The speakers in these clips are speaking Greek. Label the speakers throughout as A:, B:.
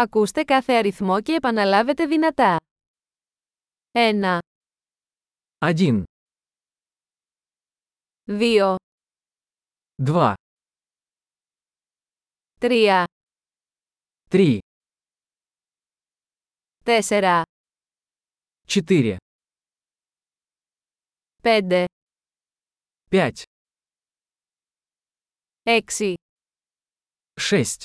A: Ακούστε κάθε αριθμό και επαναλάβετε δυνατά. 1,
B: Один,
A: 2,
B: два,
A: 3,
B: три,
A: 4,
B: четыре,
A: 5,
B: пять,
A: 6,
B: шесть,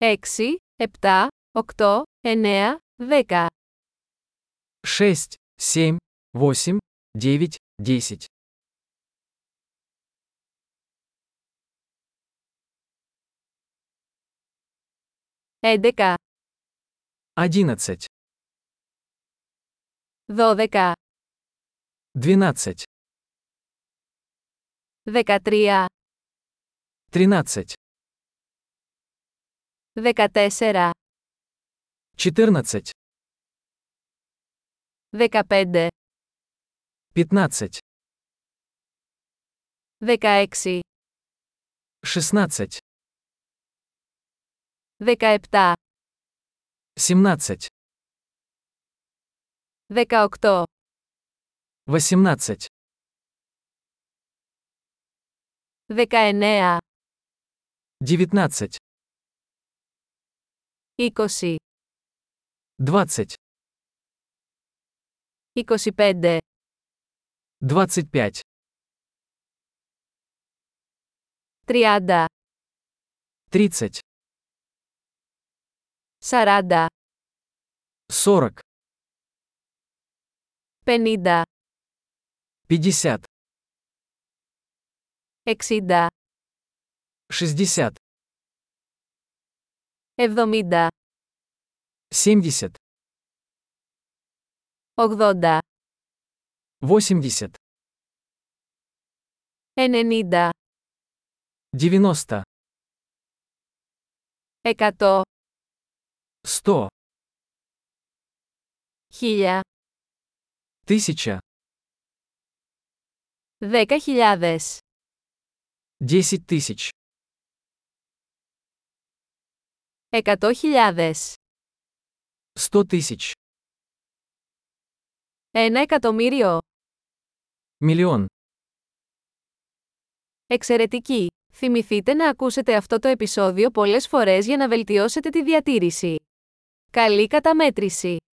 A: 6, 7, 8, 9, 10,
B: Шесть, семь, восемь, девять, десять,
A: 11,
B: одиннадцать,
A: 12,
B: двенадцать,
A: 13,
B: тринадцать,
A: 14,
B: четырнадцать,
A: 15,
B: пятнадцать,
A: 16,
B: шестнадцать,
A: 17,
B: семнадцать,
A: 18,
B: восемнадцать,
A: 19,
B: девятнадцать,
A: 20,
B: двадцать,
A: 25,
B: двадцать пять,
A: 30,
B: тридцать,
A: 40,
B: сорок,
A: 50,
B: пятьдесят,
A: 60,
B: шестьдесят.
A: 70,
B: 70,
A: 80,
B: 80,
A: 90,
B: 90,
A: 100,
B: 100,
A: 1000,
B: 1000,
A: 10.000,
B: 10 тысяч,
A: 100.000,
B: 100 тысяч,
A: 1 εκατομμύριο.
B: миллион.
A: Εξαιρετική! Θυμηθείτε να ακούσετε αυτό το επεισόδιο πολλές φορές για να βελτιώσετε τη διατήρηση. Καλή καταμέτρηση!